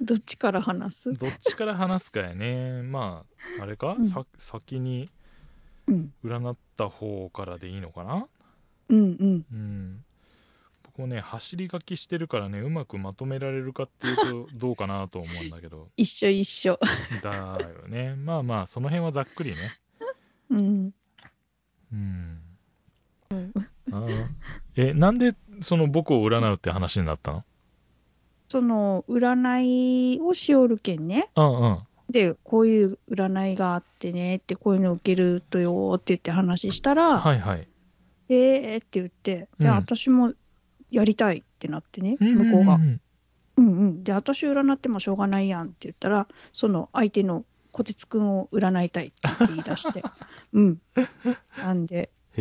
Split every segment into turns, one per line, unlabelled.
どっちから話す
どっちから話すかやねまああれか、
うん
さ先に
うん
占った方からでいいのかな
うんうん
うん僕もね走り書きしてるからねうまくまとめられるかって いうとどうかなと思うんだけど
一緒一緒
だよねまあまあその辺はざっくりね
うん
うんあーえなんでその僕を占うって話になったの
その占いをしおるけんね
うんうん
でこういう占いがあってねってこういうの受けるとよーって言って話したら、
はいはい
えーって言って、
う
で、
ん
私もやりたいってなってね、向こうが
ん。ん
うんうん。で、私占ってもしょうがないやんって言ったら、その相手の小鉄くんを占いたいって言い出 して、うん。なんで、
へ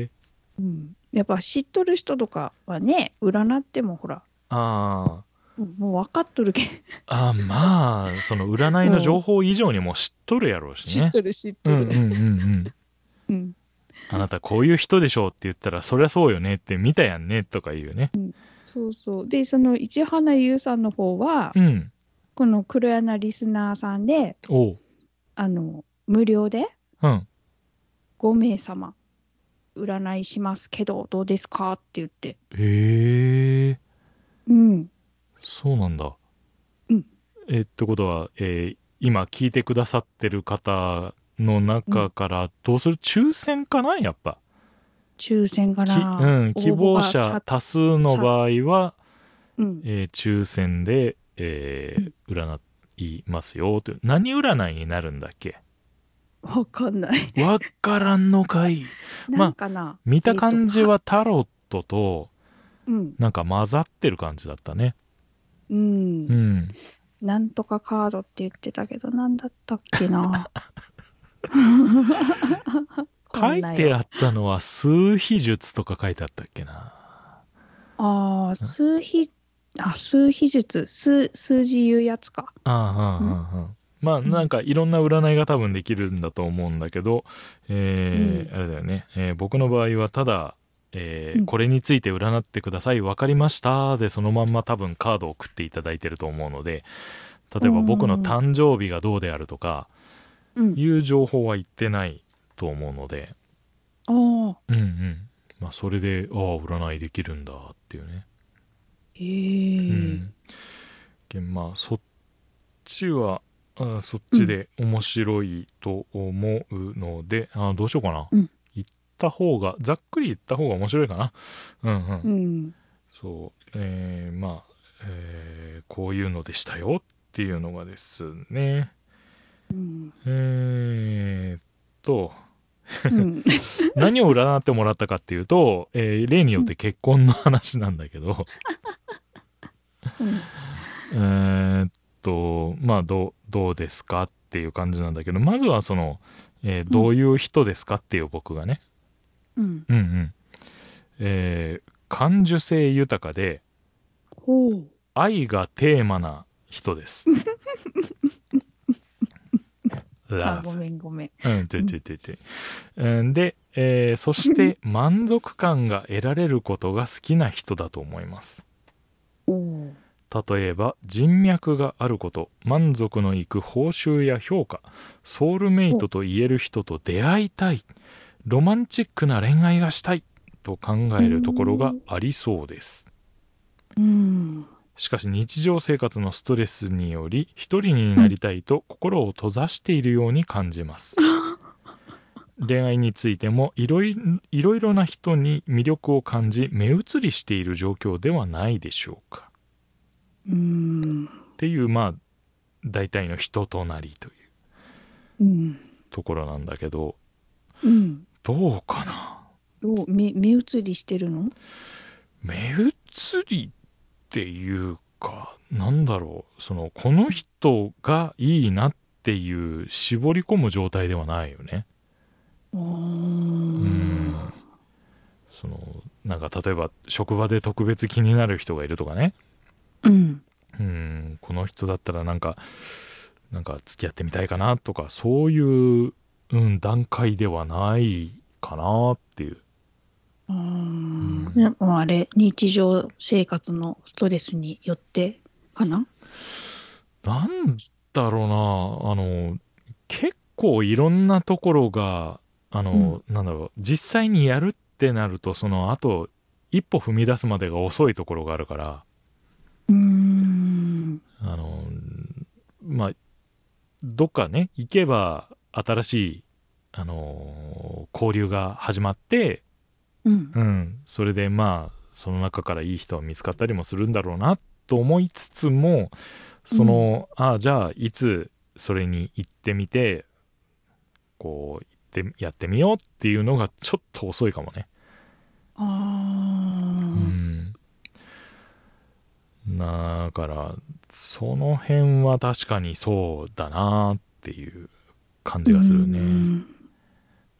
え
うん。やっぱ知っとる人とかはね、占ってもほら、
ああ
うんもう分かっとるけん、
あまあその占いの情報以上にもう知っとるやろうし
知っ
ね。
とる知っと
うん
る。
うんうんうん。
うん
あなたこういう人でしょうって言ったらそりゃそうよねって見たやんねとか言うよね。
そうそう。で、その市花優さんの方は、
うん。
この黒柳リスナーさんで、
おう。
あの、無料で、
うん。
5名様占いしますけどどうですかって言って
へえ
うん
そうなんだ。
うん。
えってことは、えー今聞いてくださってる方の中からどうする抽選かなやっぱ。
抽選か
き
な
うん、希望
応募が
者
さ
多数の場合は、
うん、
えー抽選で、えー占いますよという何占いになるんだっけ
わかんない
わからんのかいまあ
なんかな、
見た感じはタロットと
うん、
なんか混ざってる感じだったね
う、
うんん
なんとかカードって言ってたけどなんだったっけ な
書いて
あ
あったのは数秘術とか書いてあったっけな
あー数比あ数比術数数字言うやつか
ああうんうんうんまあなんかいろんな占いが多分できるんだと思うんだけど、えーあれだよね、えー僕の場合はただ、えー
うん
これについて占ってくださいわかりました」でそのまんま多分カードを送っていただいてると思うので例えば僕の誕生日がどうであるとか
うん
いう情報は言ってないと思うので
ああ
うんうんまあそれでああ占いできるんだっていうね
へえ
うん、けんまあそっちはあそっちで面白いと思うので、あどうしようかな、
うん
行った方がざっくり行った方が面白いかなうんうん、
うん
そうえー、まあ、えーこういうのでしたよっていうのがですね
うん
えー、っと
うん、
何を占ってもらったかっていうと、えー例によって結婚の話なんだけど、
うん
えーっとまあどうどうですかっていう感じなんだけどまずはその、えーどういう人ですかっていう僕がね、
うん、
うんうんえー感受性豊かで
ほう
愛がテーマな人です
あ、
ラ
ごめんごめん。
ブうんちょいちょいちょいちょいうんで、えーそして満足感が得られることが好きな人だと思います
おお。
例えば人脈があること満足のいく報酬や評価ソウルメイトと言える人と出会いたいロマンチックな恋愛がしたいと考えるところがありそうです
うん。
しかし日常生活のストレスにより一人になりたいと心を閉ざしているように感じます恋愛についてもいろいいろいろな人に魅力を感じ目移りしている状況ではないでしょうか
うん。
っていうまあ大体の人となりとい
う
う
ん。
ところなんだけど
うん。
どうかな
どう目目移りしてるの
目移りっていうかなんだろうそのこの人がいいなっていう絞り込む状態ではないよね。
あ
うん
ー
そのなんか例えば職場で特別気になる人がいるとかね
うん。
うんこの人だったらなんかなんか付き合ってみたいかなとかそういう、うん、段階ではないかなっていう
あ
うん
ーでもあれ、日常生活のストレスによってかな
なんだろうな、あの、結構いろんなところが、あの、なんだろう、実際にやるってなると、その、あと、一歩踏み出すまでが遅いところがあるから、
うーん。
あの、まあ、どっかね、行けば、新しい、あの、交流が始まって、
うん。
うん、それでまあ、その中からいい人は見つかったりもするんだろうなと思いつつも、その、ああ、じゃあ、いつそれに行ってみて、こう、行ってやってみようっていうのがちょっと遅いかもね。う
あ
ん。だから、その辺は確かにそうだなっていう感
あ。
じがするね。
うん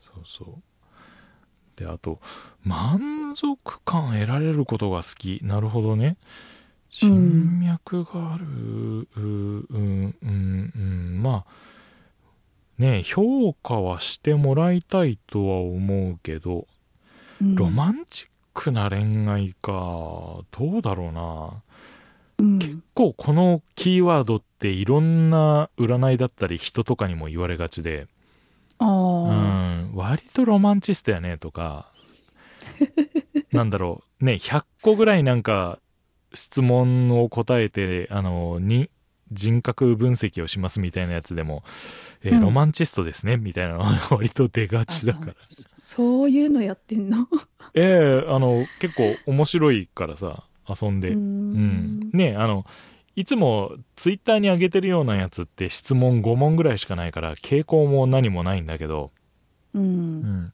そうそう。で、あと、満足感得られることが好き。なるほどね。人脈がある、うん、うん、うん、うんまあ、ねえ評価はしてもらいたいとは思うけど、
うん
ロマンチックな恋愛か、どうだろうな。
うん
結構このキーワードっていろんな占いだったり人とかにも言われがちで、
あ
う
あ。
ん、割とロマンチストやねとか なんだろうね100個ぐらいなんか質問を答えてあのに人格分析をしますみたいなやつでも、えー
うん
ロマンチストですねみたいなのが 割と出がちだから
あそういうのやってんの
ええあの結構面白いからさ遊んで、
うー
うん
ん。
ねあのいつもツイッターに上げてるようなやつって質問5問ぐらいしかないから傾向も何もないんだけど、
う。
うんん、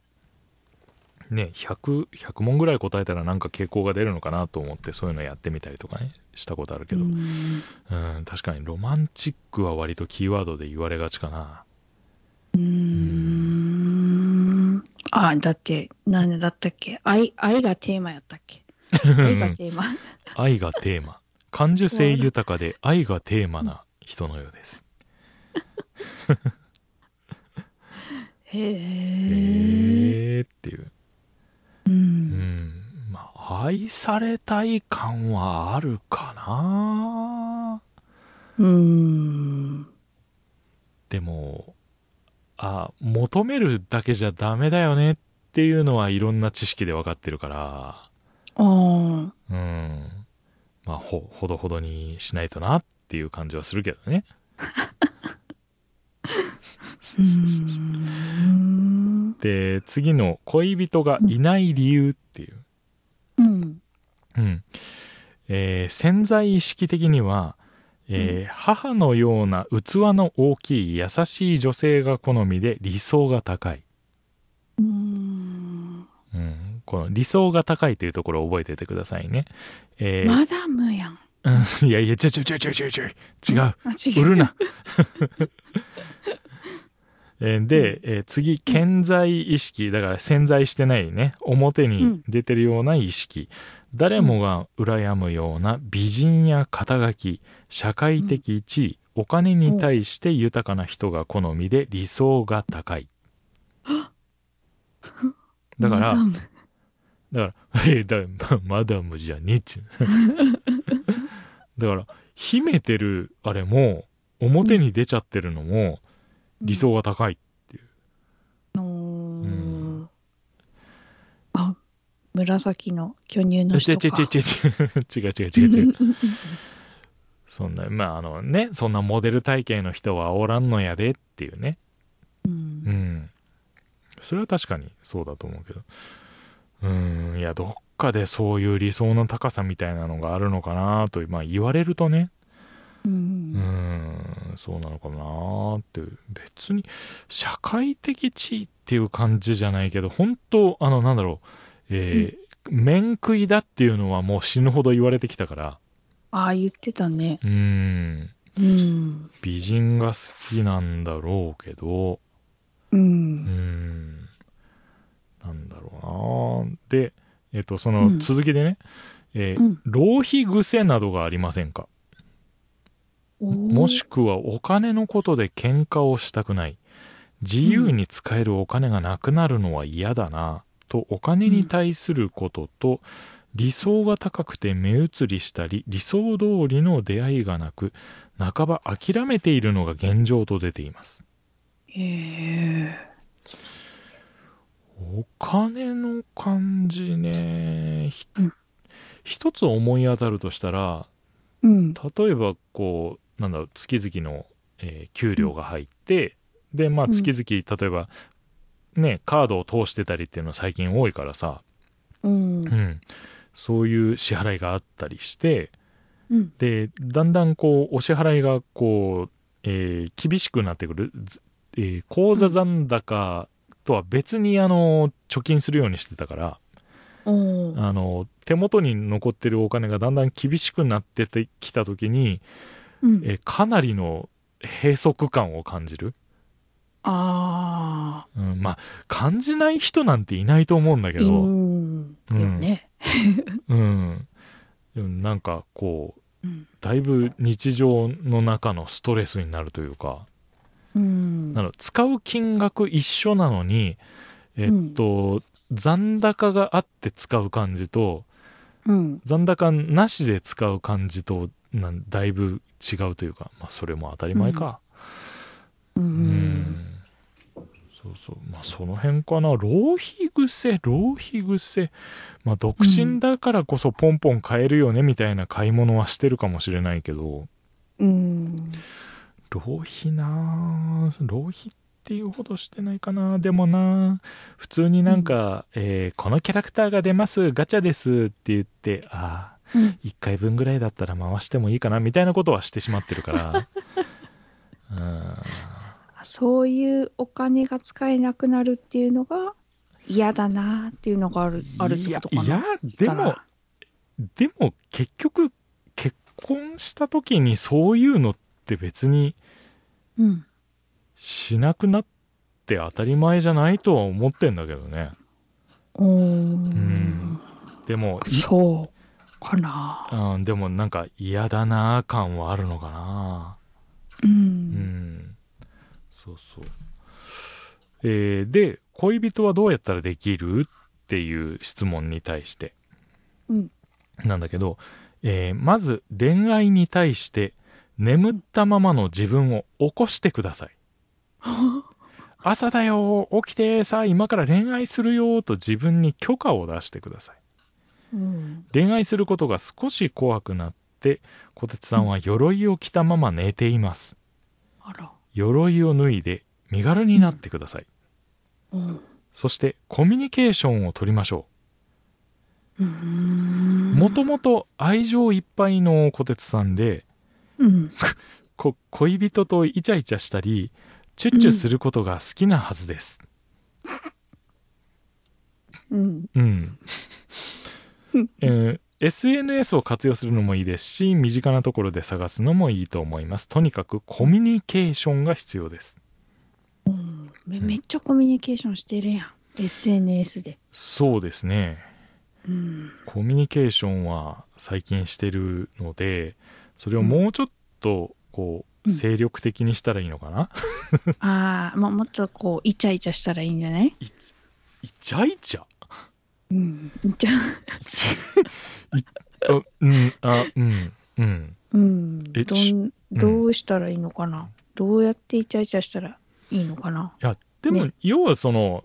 ね 100, 100問ぐらい答えたらなんか傾向が出るのかなと思ってそういうのやってみたりとかねしたことあるけど、
う
うん
ん
確かにロマンチックは割とキーワードで言われがちかな
うんあ、だって、何だったっけ愛、愛がテーマやったっ け愛がテーマ。
愛がテーマ感受性豊かで愛がテーマな人のようです
へえ。
へーっていう、
う。
うんんまあ、愛されたい感はあるかな
うん。
でもあ求めるだけじゃダメだよねっていうのはいろんな知識で分かってるか
ああ。
らうんまあほほどほどにしないとなっていう感じはするけどね
うーん。
で次の「恋人がいない理由」っていう
うん。
うんえー潜在意識的には、えー母のような器の大きい優しい女性が好みで理想が高い、
うーん
うん、この理想が高いというところを覚えててくださいね、えー
マダムやん。
うん いやいやちょいちょいちょいちょいちょいちょい違う
あ、違
売
う。
るな えーで、えー次潜在意識だから潜在してないね表に出てるような意識、誰もが羨むような美人や肩書き社会的地位、お金に対して豊かな人が好みで理想が高いだか
マダ
ら
ム
だから、 えだマダムじゃねえっちゅう だから、秘めてるあれも、表に出ちゃってるのも、理想が高い。
うーんあ、紫の巨乳
違う
の
違
人か。
う 違う違う違う違う違う違う。そんな、まあ、あのね、そんなモデル体型の人はおらんのやでっていうね。
う
うんん。それは確かにそうだと思うけど。うん、いや、どっかでそういう理想の高さみたいなのがあるのかなと、まあ言われるとね、
う
うんーん、そうなのかなーって、別に社会的地位っていう感じじゃないけど、本当あの、なんだろう、えー面食いだっていうのはもう死ぬほど言われてきたから、
ああ、言ってたね。
うーん、
うん。
美人が好きなんだろうけど、
う
うんー。ん、なんだろうなーで、えっと、そうの
ん
続きでね、えー
うん
浪費癖などがありませんかもしくはお金のことで喧嘩をしたくない。自由に使えるお金がなくなるのは嫌だな、とお金に対することと、理想が高くて目移りしたり理想通りの出会いがなく半ば諦めているのが現状と出ています
へえ。
お金の感じねひ
うん
一つ思い当たるとしたら
うん。
例えばこうなんだろう月々の、えー給料が入って、でまあ
うん
月々例えばねカードを通してたりっていうのは最近多いからさ、
うん
う。ん、そういう支払いがあったりして
うん。
でだんだんこうお支払いがこう、えー厳しくなってくる、ずえー口座残高とは別にあの貯金するようにしてたから、
おー
あの手元に残ってるお金がだんだん厳しくなっててきた時に
うん。
えかなりの閉塞感を感じる、
ああ。
うん、まあ感じない人なんていないと思うんだけ
う
ど、
ん。
う
よ
ん
ね。
うん、でもなんかこう
うん。
だいぶ日常の中のストレスになるというか
うん
な。の使う金額一緒なのにえっと、残高があって使う感じと
うん。
残高なしで使う感じとなんだいぶ違うというか、まあ、それも当たり前か
う。
うんそうそうまあその辺かな浪費癖浪費癖まあ独身だからこそポンポン買えるよねみたいな買い物はしてるかもしれないけど
うん。
浪費なあ浪費っていうほどしてないかなでもなあ普通になんか、えーこのキャラクターが出ますガチャです」って言ってああ
うん
1回分ぐらいだったら回してもいいかなみたいなことはしてしまってるから うん
あそういうお金が使えなくなるっていうのが嫌だなっていうのがあるあるってことかな。
いやいやでもでも結局結婚した時にそういうのって別に
うん。
しなくなって当たり前じゃないとは思ってんだけどね
お
ん
ん。
でもい
そうかな。
うん、でもなんか嫌だな感はあるのかな
う。
うんんそうそう。えーで、恋人はどうやったらできるっていう質問に対して。
うん
なんだけど、えーまず恋愛に対して、眠ったままの自分を起こしてください。朝だよ起きてさあ今から恋愛するよと自分に許可を出してください。
うん。
恋愛することが少し怖くなって、小鉄さんは鎧を着たまま寝ています。
あら。
鎧を脱いで身軽になってください、
うん。
そしてコミュニケーションを取りましょう
も
もともと愛情いっぱいの小鉄さんで
うん。
こ恋人とイチャイチャしたりチュッチュすることが好きなはずです
うん。
うん、えー SNS を活用するのもいいですし身近なところで探すのもいいと思いますとにかくコミュニケーションが必要です
うんめめっちゃコミュニケーションしてるやん。SNS で。
そうですね
うん。
コミュニケーションは最近してるのでそれをもうちょっとこう、
うん
精力的にしたらいいのかな、
ああ、まあ、もっとこう、イチャイチャしたらいいんじゃない
いつイチャイチャ
うん。イチャ、
イチいあうんあうんうん
うん。
え
ど
し
ん、どうしたらいいのかな。どうやってイチャイチャしたらいいのかな。
いやでも、
ね
要はその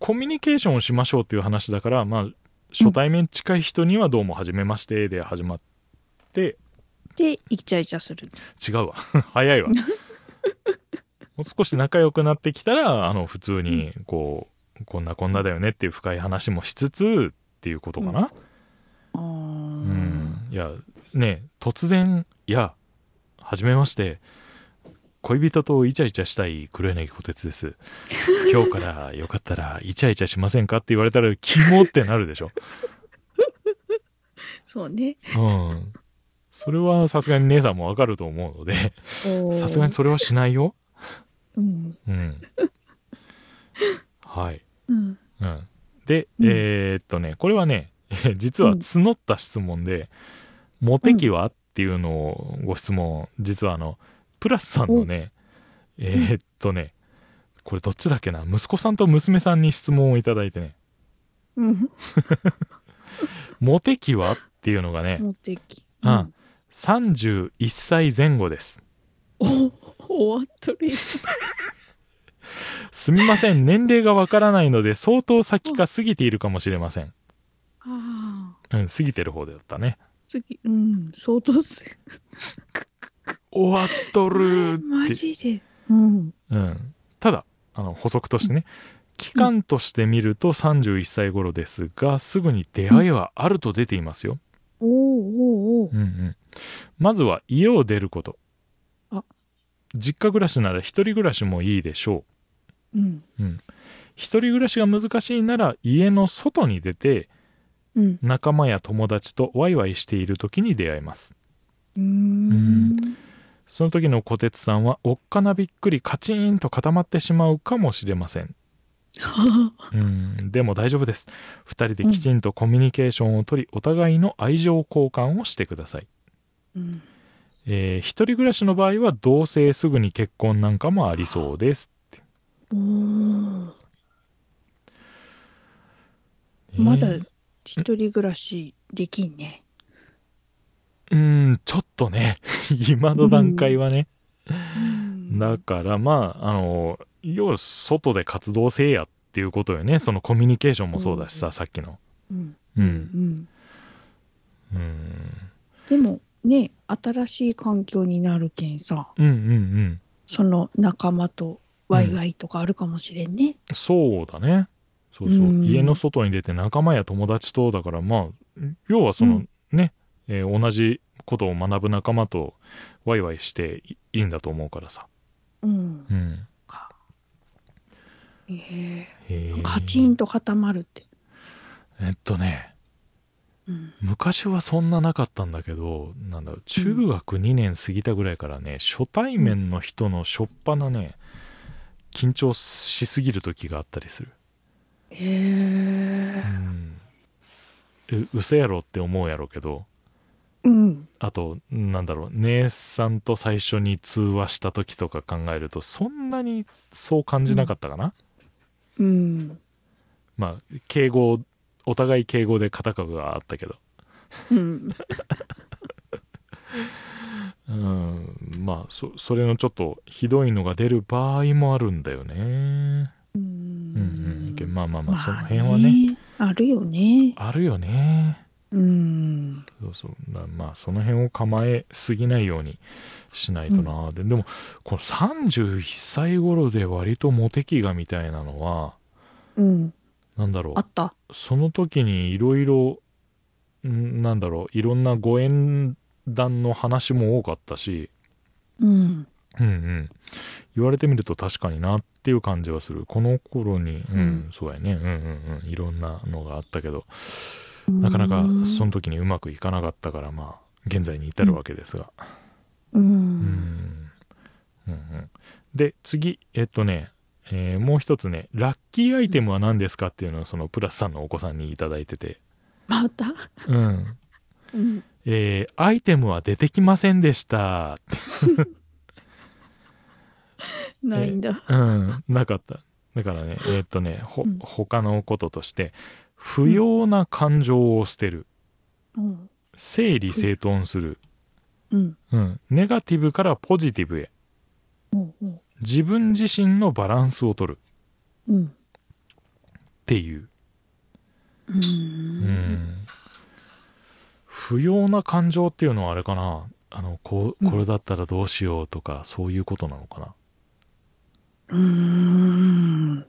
コミュニケーションをしましょうっていう話だからまあ初対面近い人にはどうも初めましてで始まって
で、イチャイチャする。
違うわ 早いわもう少し仲良くなってきたらあの普通にこう、こんなこんなだよねっていう深い話もしつつっていうことかな
あー
うん、いやね突然いや初めまして恋人とイチャイチャしたい黒柳小鉄 です今日からよかったらイチャイチャしませんかって言われたらキモってなるでしょ
そうね。
うんそれはさすがに姉さんもわかると思うので
おー
さすがにそれはしないよ
うん。
うん。はい。
うん。
うん、で、
うん
えーっとね、これはね、 実は募った質問で、モテ期はっていうのをご質問、実はあの、プラスさんのね、えーっとね、これどっちだっけな、息子さんと娘さんに質問をいただいてね、
うん。
モテ期はっていうのがね、
モテ期。
うん。31歳前後です。
うん。お、終わっとるやん。
すみません、年齢がわからないので、相当先か過ぎているかもしれません。
ああ。
うん、過ぎてる方だったね。
次、うん、相当す
終わっとるっ
マ
て。
ジで。うん。
うん。ただ、あの、補足としてね、期間として見ると31歳頃ですが、すぐに出会いはあると出ていますよ。
おおおーおー
うんうん。まずは家を出ること
あ。
実家暮らしなら一人暮らしもいいでしょう。
うん。
一人暮らしが難しいなら家の外に出て
うん。
仲間や友達とワイワイしている時に出会います
うーん。
その時の小鉄さんはおっかなびっくりカチーンと固まってしまうかもしれません
はあ
うんでも大丈夫です二人できちんとコミュニケーションをとりお互いの愛情交換をしてください、
うん。
えー一人暮らしの場合は同棲すぐに結婚なんかもありそうです
おお。まだ
えー
一人暮らしできんね。
うんちょっとね 今の段階はね、
うん
だからまああの要は外で活動せえやっていうことよねそのコミュニケーションもそうだしさ、さっきの
うん。
う
うんん。
うん
でも、ね、新しい環境になるけんさ、
うんうんうん
その仲間とワイワイとかあるかもしれんね。
そうだねそうそう、
うん
家の外に出て仲間や友達とだからまあ要はその、
うん
ね、えー同じことを学ぶ仲間とワイワイしていいいんだと思うからさ
うん。
うん
か。え
へ
え
ー
カチンと固まるって。
えっとね
うん。
昔はそんななかったんだけどなんだろう中学2年過ぎたぐらいからね、初対面の人の初っ端なね緊張しすぎる時があったりする、
へえ
う。ん、う嘘やろって思うやろうけど
うん。
あとなんだろう姉さんと最初に通話した時とか考えるとそんなにそう感じなかったかな、
うん。
まあ敬語お互い敬語で片角があったけど
うん。
うんまあそそれのちょっとひどいのが出る場合もあるんだよね
う
うんうん
ん
けどまあまあまあその
あ
辺はね,、
あるよね。
あるよね
うん。
そうそうだまあその辺を構えすぎないようにしないとな、ででもこの31歳頃で割とモテ期がみたいなのは
うん。
なんだろ
あった。
うその時にいろいろんなんだろういろんなご縁談の話も多かったし
うん。
うんうん言われてみると確かになっていう感じはするこの頃にうん、
うん
そうやねうんうんうんいろんなのがあったけどなかなかその時にうまくいかなかったからまあ現在に至るわけですが、
う。
うんんうんうん、で次えっとね、えーもう一つねラッキーアイテムは何ですかっていうのをそのプラスさんのお子さんにいただいてて、
また。
うん
うん。
えーアイテムは出てきませんでした、
ないんだ。
うん、なかっただからねえっとねほ
うん
他のこととして不要な感情を捨てる
うん。
整理整頓する、
うん。
うん、ネガティブからポジティブへ
うん。うん
自分自身のバランスを取る
うん。
っていう、
う。
うんん不要な感情っていうのはあれかなあのこう
うん
これだったらどうしようとか、そういうことなのかな、
うん。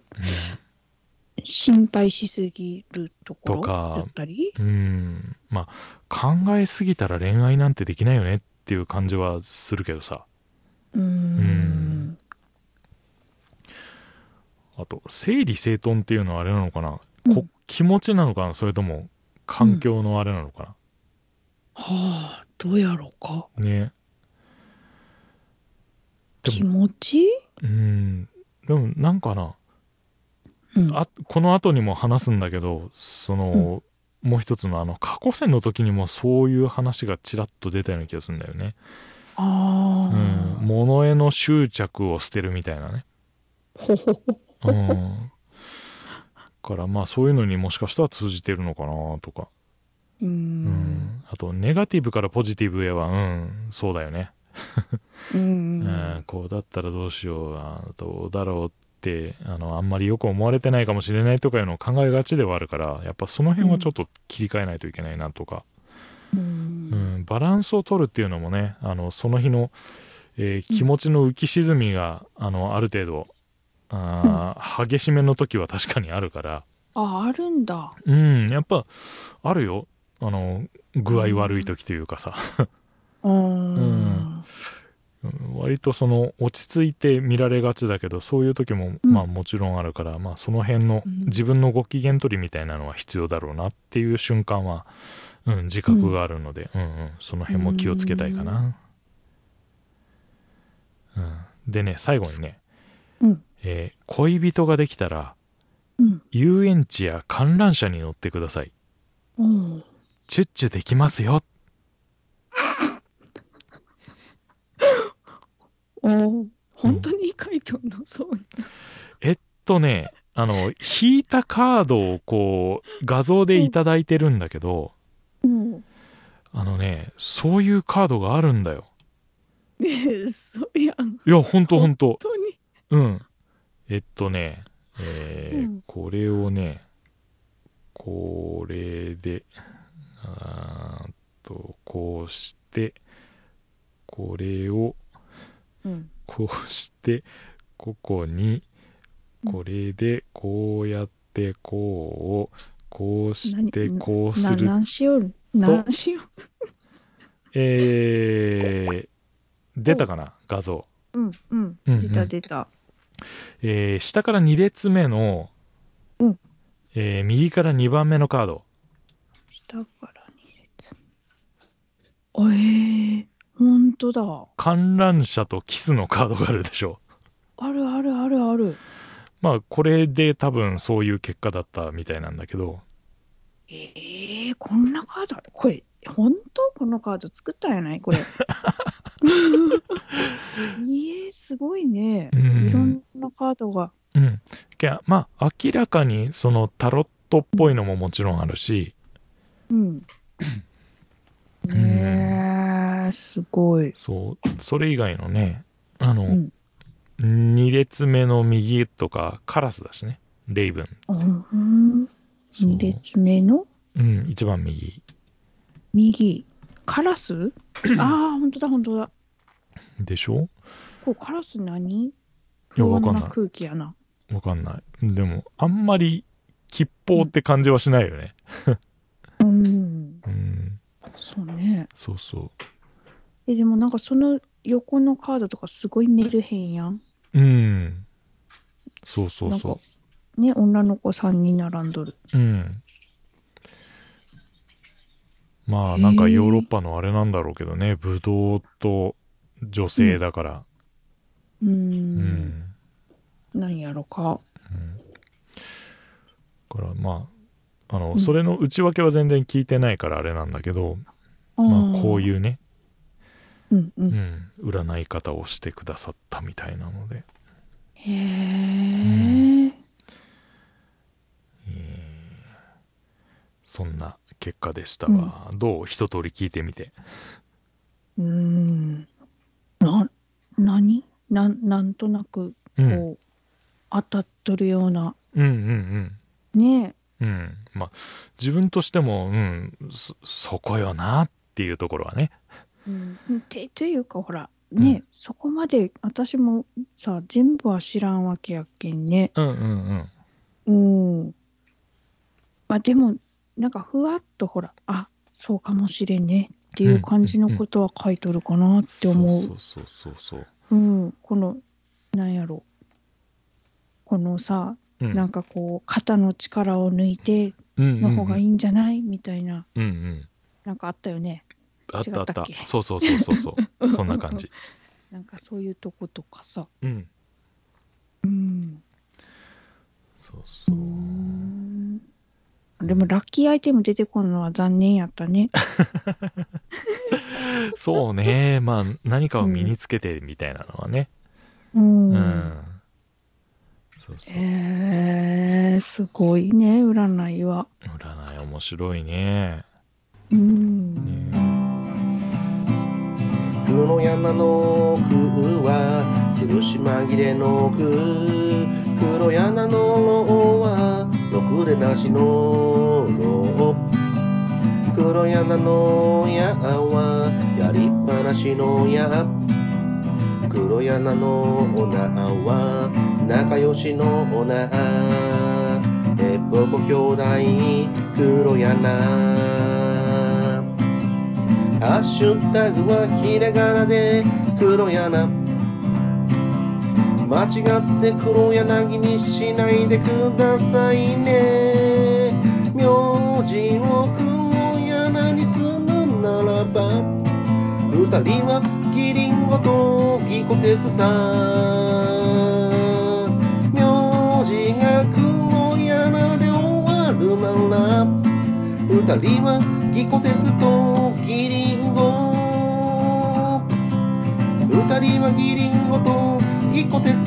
心配しすぎるところ
とか
だったり。
うんうんまあ考えすぎたら恋愛なんてできないよねっていう感じはするけどさ
う
うん
ん。
あと整理整頓っていうのはあれなのかな、
うん
こ気持ちなのかなそれとも環境のあれなのかな、
はあ、どうやろうか。
ねでも
気持ち。
うんでもなんかな
うん。
あこの後にも話すんだけどその、もう一つのあの過去戦の時にもそういう話がちらっと出たような気がするんだよね、うん
ああ。
物への執着を捨てるみたいなね、
ほほほ。
うん、だからまあそういうのにもしかしたら通じてるのかなとか
うー。
うんんあとネガティブからポジティブへはうんそうだよね、
う。
うんん、こうだったらどうしようあどうだろうってあのあんまりよく思われてないかもしれないとかいうのを考えがちではあるからやっぱその辺はちょっと切り替えないといけないなとか、
う。
うんん、バランスを取るっていうのもねあのその日の、えー気持ちの浮き沈みがあのある程度あー激しめの時は確かにあるから、
あ、あるんだ。
うん、やっぱあるよあの具合悪い時というかさ、
うーん。
うん割とその落ち着いて見られがちだけどそういう時も、
うん
まあもちろんあるから、まあ、その辺の
うん
自分のご機嫌取りみたいなのは必要だろうなっていう瞬間は、うん、自覚があるので、うんうんその辺も気をつけたいかな。うん、でね最後にね、
うん
えー恋人ができたら
うん。
遊園地や観覧車に乗ってください。
うん。
チュッチュできますよ。
おー本当に書いとんのそう。
とねあの引いたカードをこう画像でいただいてるんだけど、
うん。
あのね、そういうカードがあるんだよ。
ねえ、そうやん。
いや、ほんとほんと
本。当に。
うん。えっとね、えー
うん
これをね、これで、あーっと、こうして、これを、
うん。
こうして、ここに、これで、こうやって、こうを、こうして、
何
こうす
な、
る
なんしよる。なんしよ
えー、出たかな画像。
る。うん。うん。
うんうん
出た出た。
えー下から2列目の、
うん
えー右から2番目のカード
下から2列。あええ。本当だ。
観覧車とキスのカードがあるでしょ
あるあるあるある。
まあこれで多分そういう結果だったみたいなんだけど
ええこんなカードあるこれ、本当このカード作ったんやないこ れ。いえ、すごいね。
う
いろ
ん
ん、なカードが。
うん、いやまあ明らかにそのタロットっぽいのももちろんあるし
うん。ねえ、すごい。
そうそれ以外のねあの、
うん
2列目の右とかカラスだしねレイブン
うん、
そう
2列目の
うん一番右
右。カラ スああ、本当だ、本当だ。
でしょ
こうカラス何
いやわかんない
不穏空気やな。
わかんない。でも、あんまり、吉報って感じはしないよね。
うん、
うん。
そうね。
そうそ
え、でもなんかその横のカードとかすごいメルヘンやん。
う。うん。そうそう
なん
そ
かね、女の子3人並んどる。
う。うん。まあ、なんか
へえ
ヨーロッパのあれなんだろうけどね。ブドウと女性だから。
うー
うん。
ん、なんやろか。
うんだから、まあ、あの、
うん
それの内訳は全然聞いてないからあれなんだけど、まあ、こう
う。
いうね、
うんう。
うんん、占い方をしてくださったみたいなので。
へえ。
えーそんな結果でしたわ、どう一通り聞いてみて
うーん。な、なになん、なんとなく、
う
こう、
んうん
当たっとるような。
うんうん
ね
うんまあ自分としてもうんそそこよなっていうところはね
え。うん、て、というか、ほら、ねえ、
うん
そこまで、私もさ、全部は知らんわけやっけんね。
うんうん
うん。まあ、でも、なんか、ふわっとほら、あ、そうかもしれんね。っていう感じのことは書いとるかなって思う。
そうそうそうそうそう
うん、この、なんやろ。このさ、
うん
なんかこう、肩の力を抜いての方がいいんじゃない、みたいな、
うんうんうん
なんかあったよね。
あった
違
あっ
った
た
っけ
そうそうそうそうそ うそんな感じ
なんかそういうとことかさ。
うん
うん。
そうそう
ー
うん
でも、ラッキーアイテム出てこんのは残念やった ね。
そうねまあ何かを身につけてみたいなのはね
う。
うんそうそう
えー、すごいね、占いは。
占い面白いね
うん。
ね
黒山の空は苦し紛れの空黒柳の王はろくれなしの牢黒柳の矢はやりっぱなしの矢黒柳の女は仲良しの女えっぽこ兄弟黒柳ハッシュタグはひらがなで黒柳間違って黒柳にしないでくださいね名字を黒柳にするならば二人はキリンゴとギコテツさ名字が黒柳で終わるなら二人はギコ鉄とギリンゴ二人はギリンゴとギコ鉄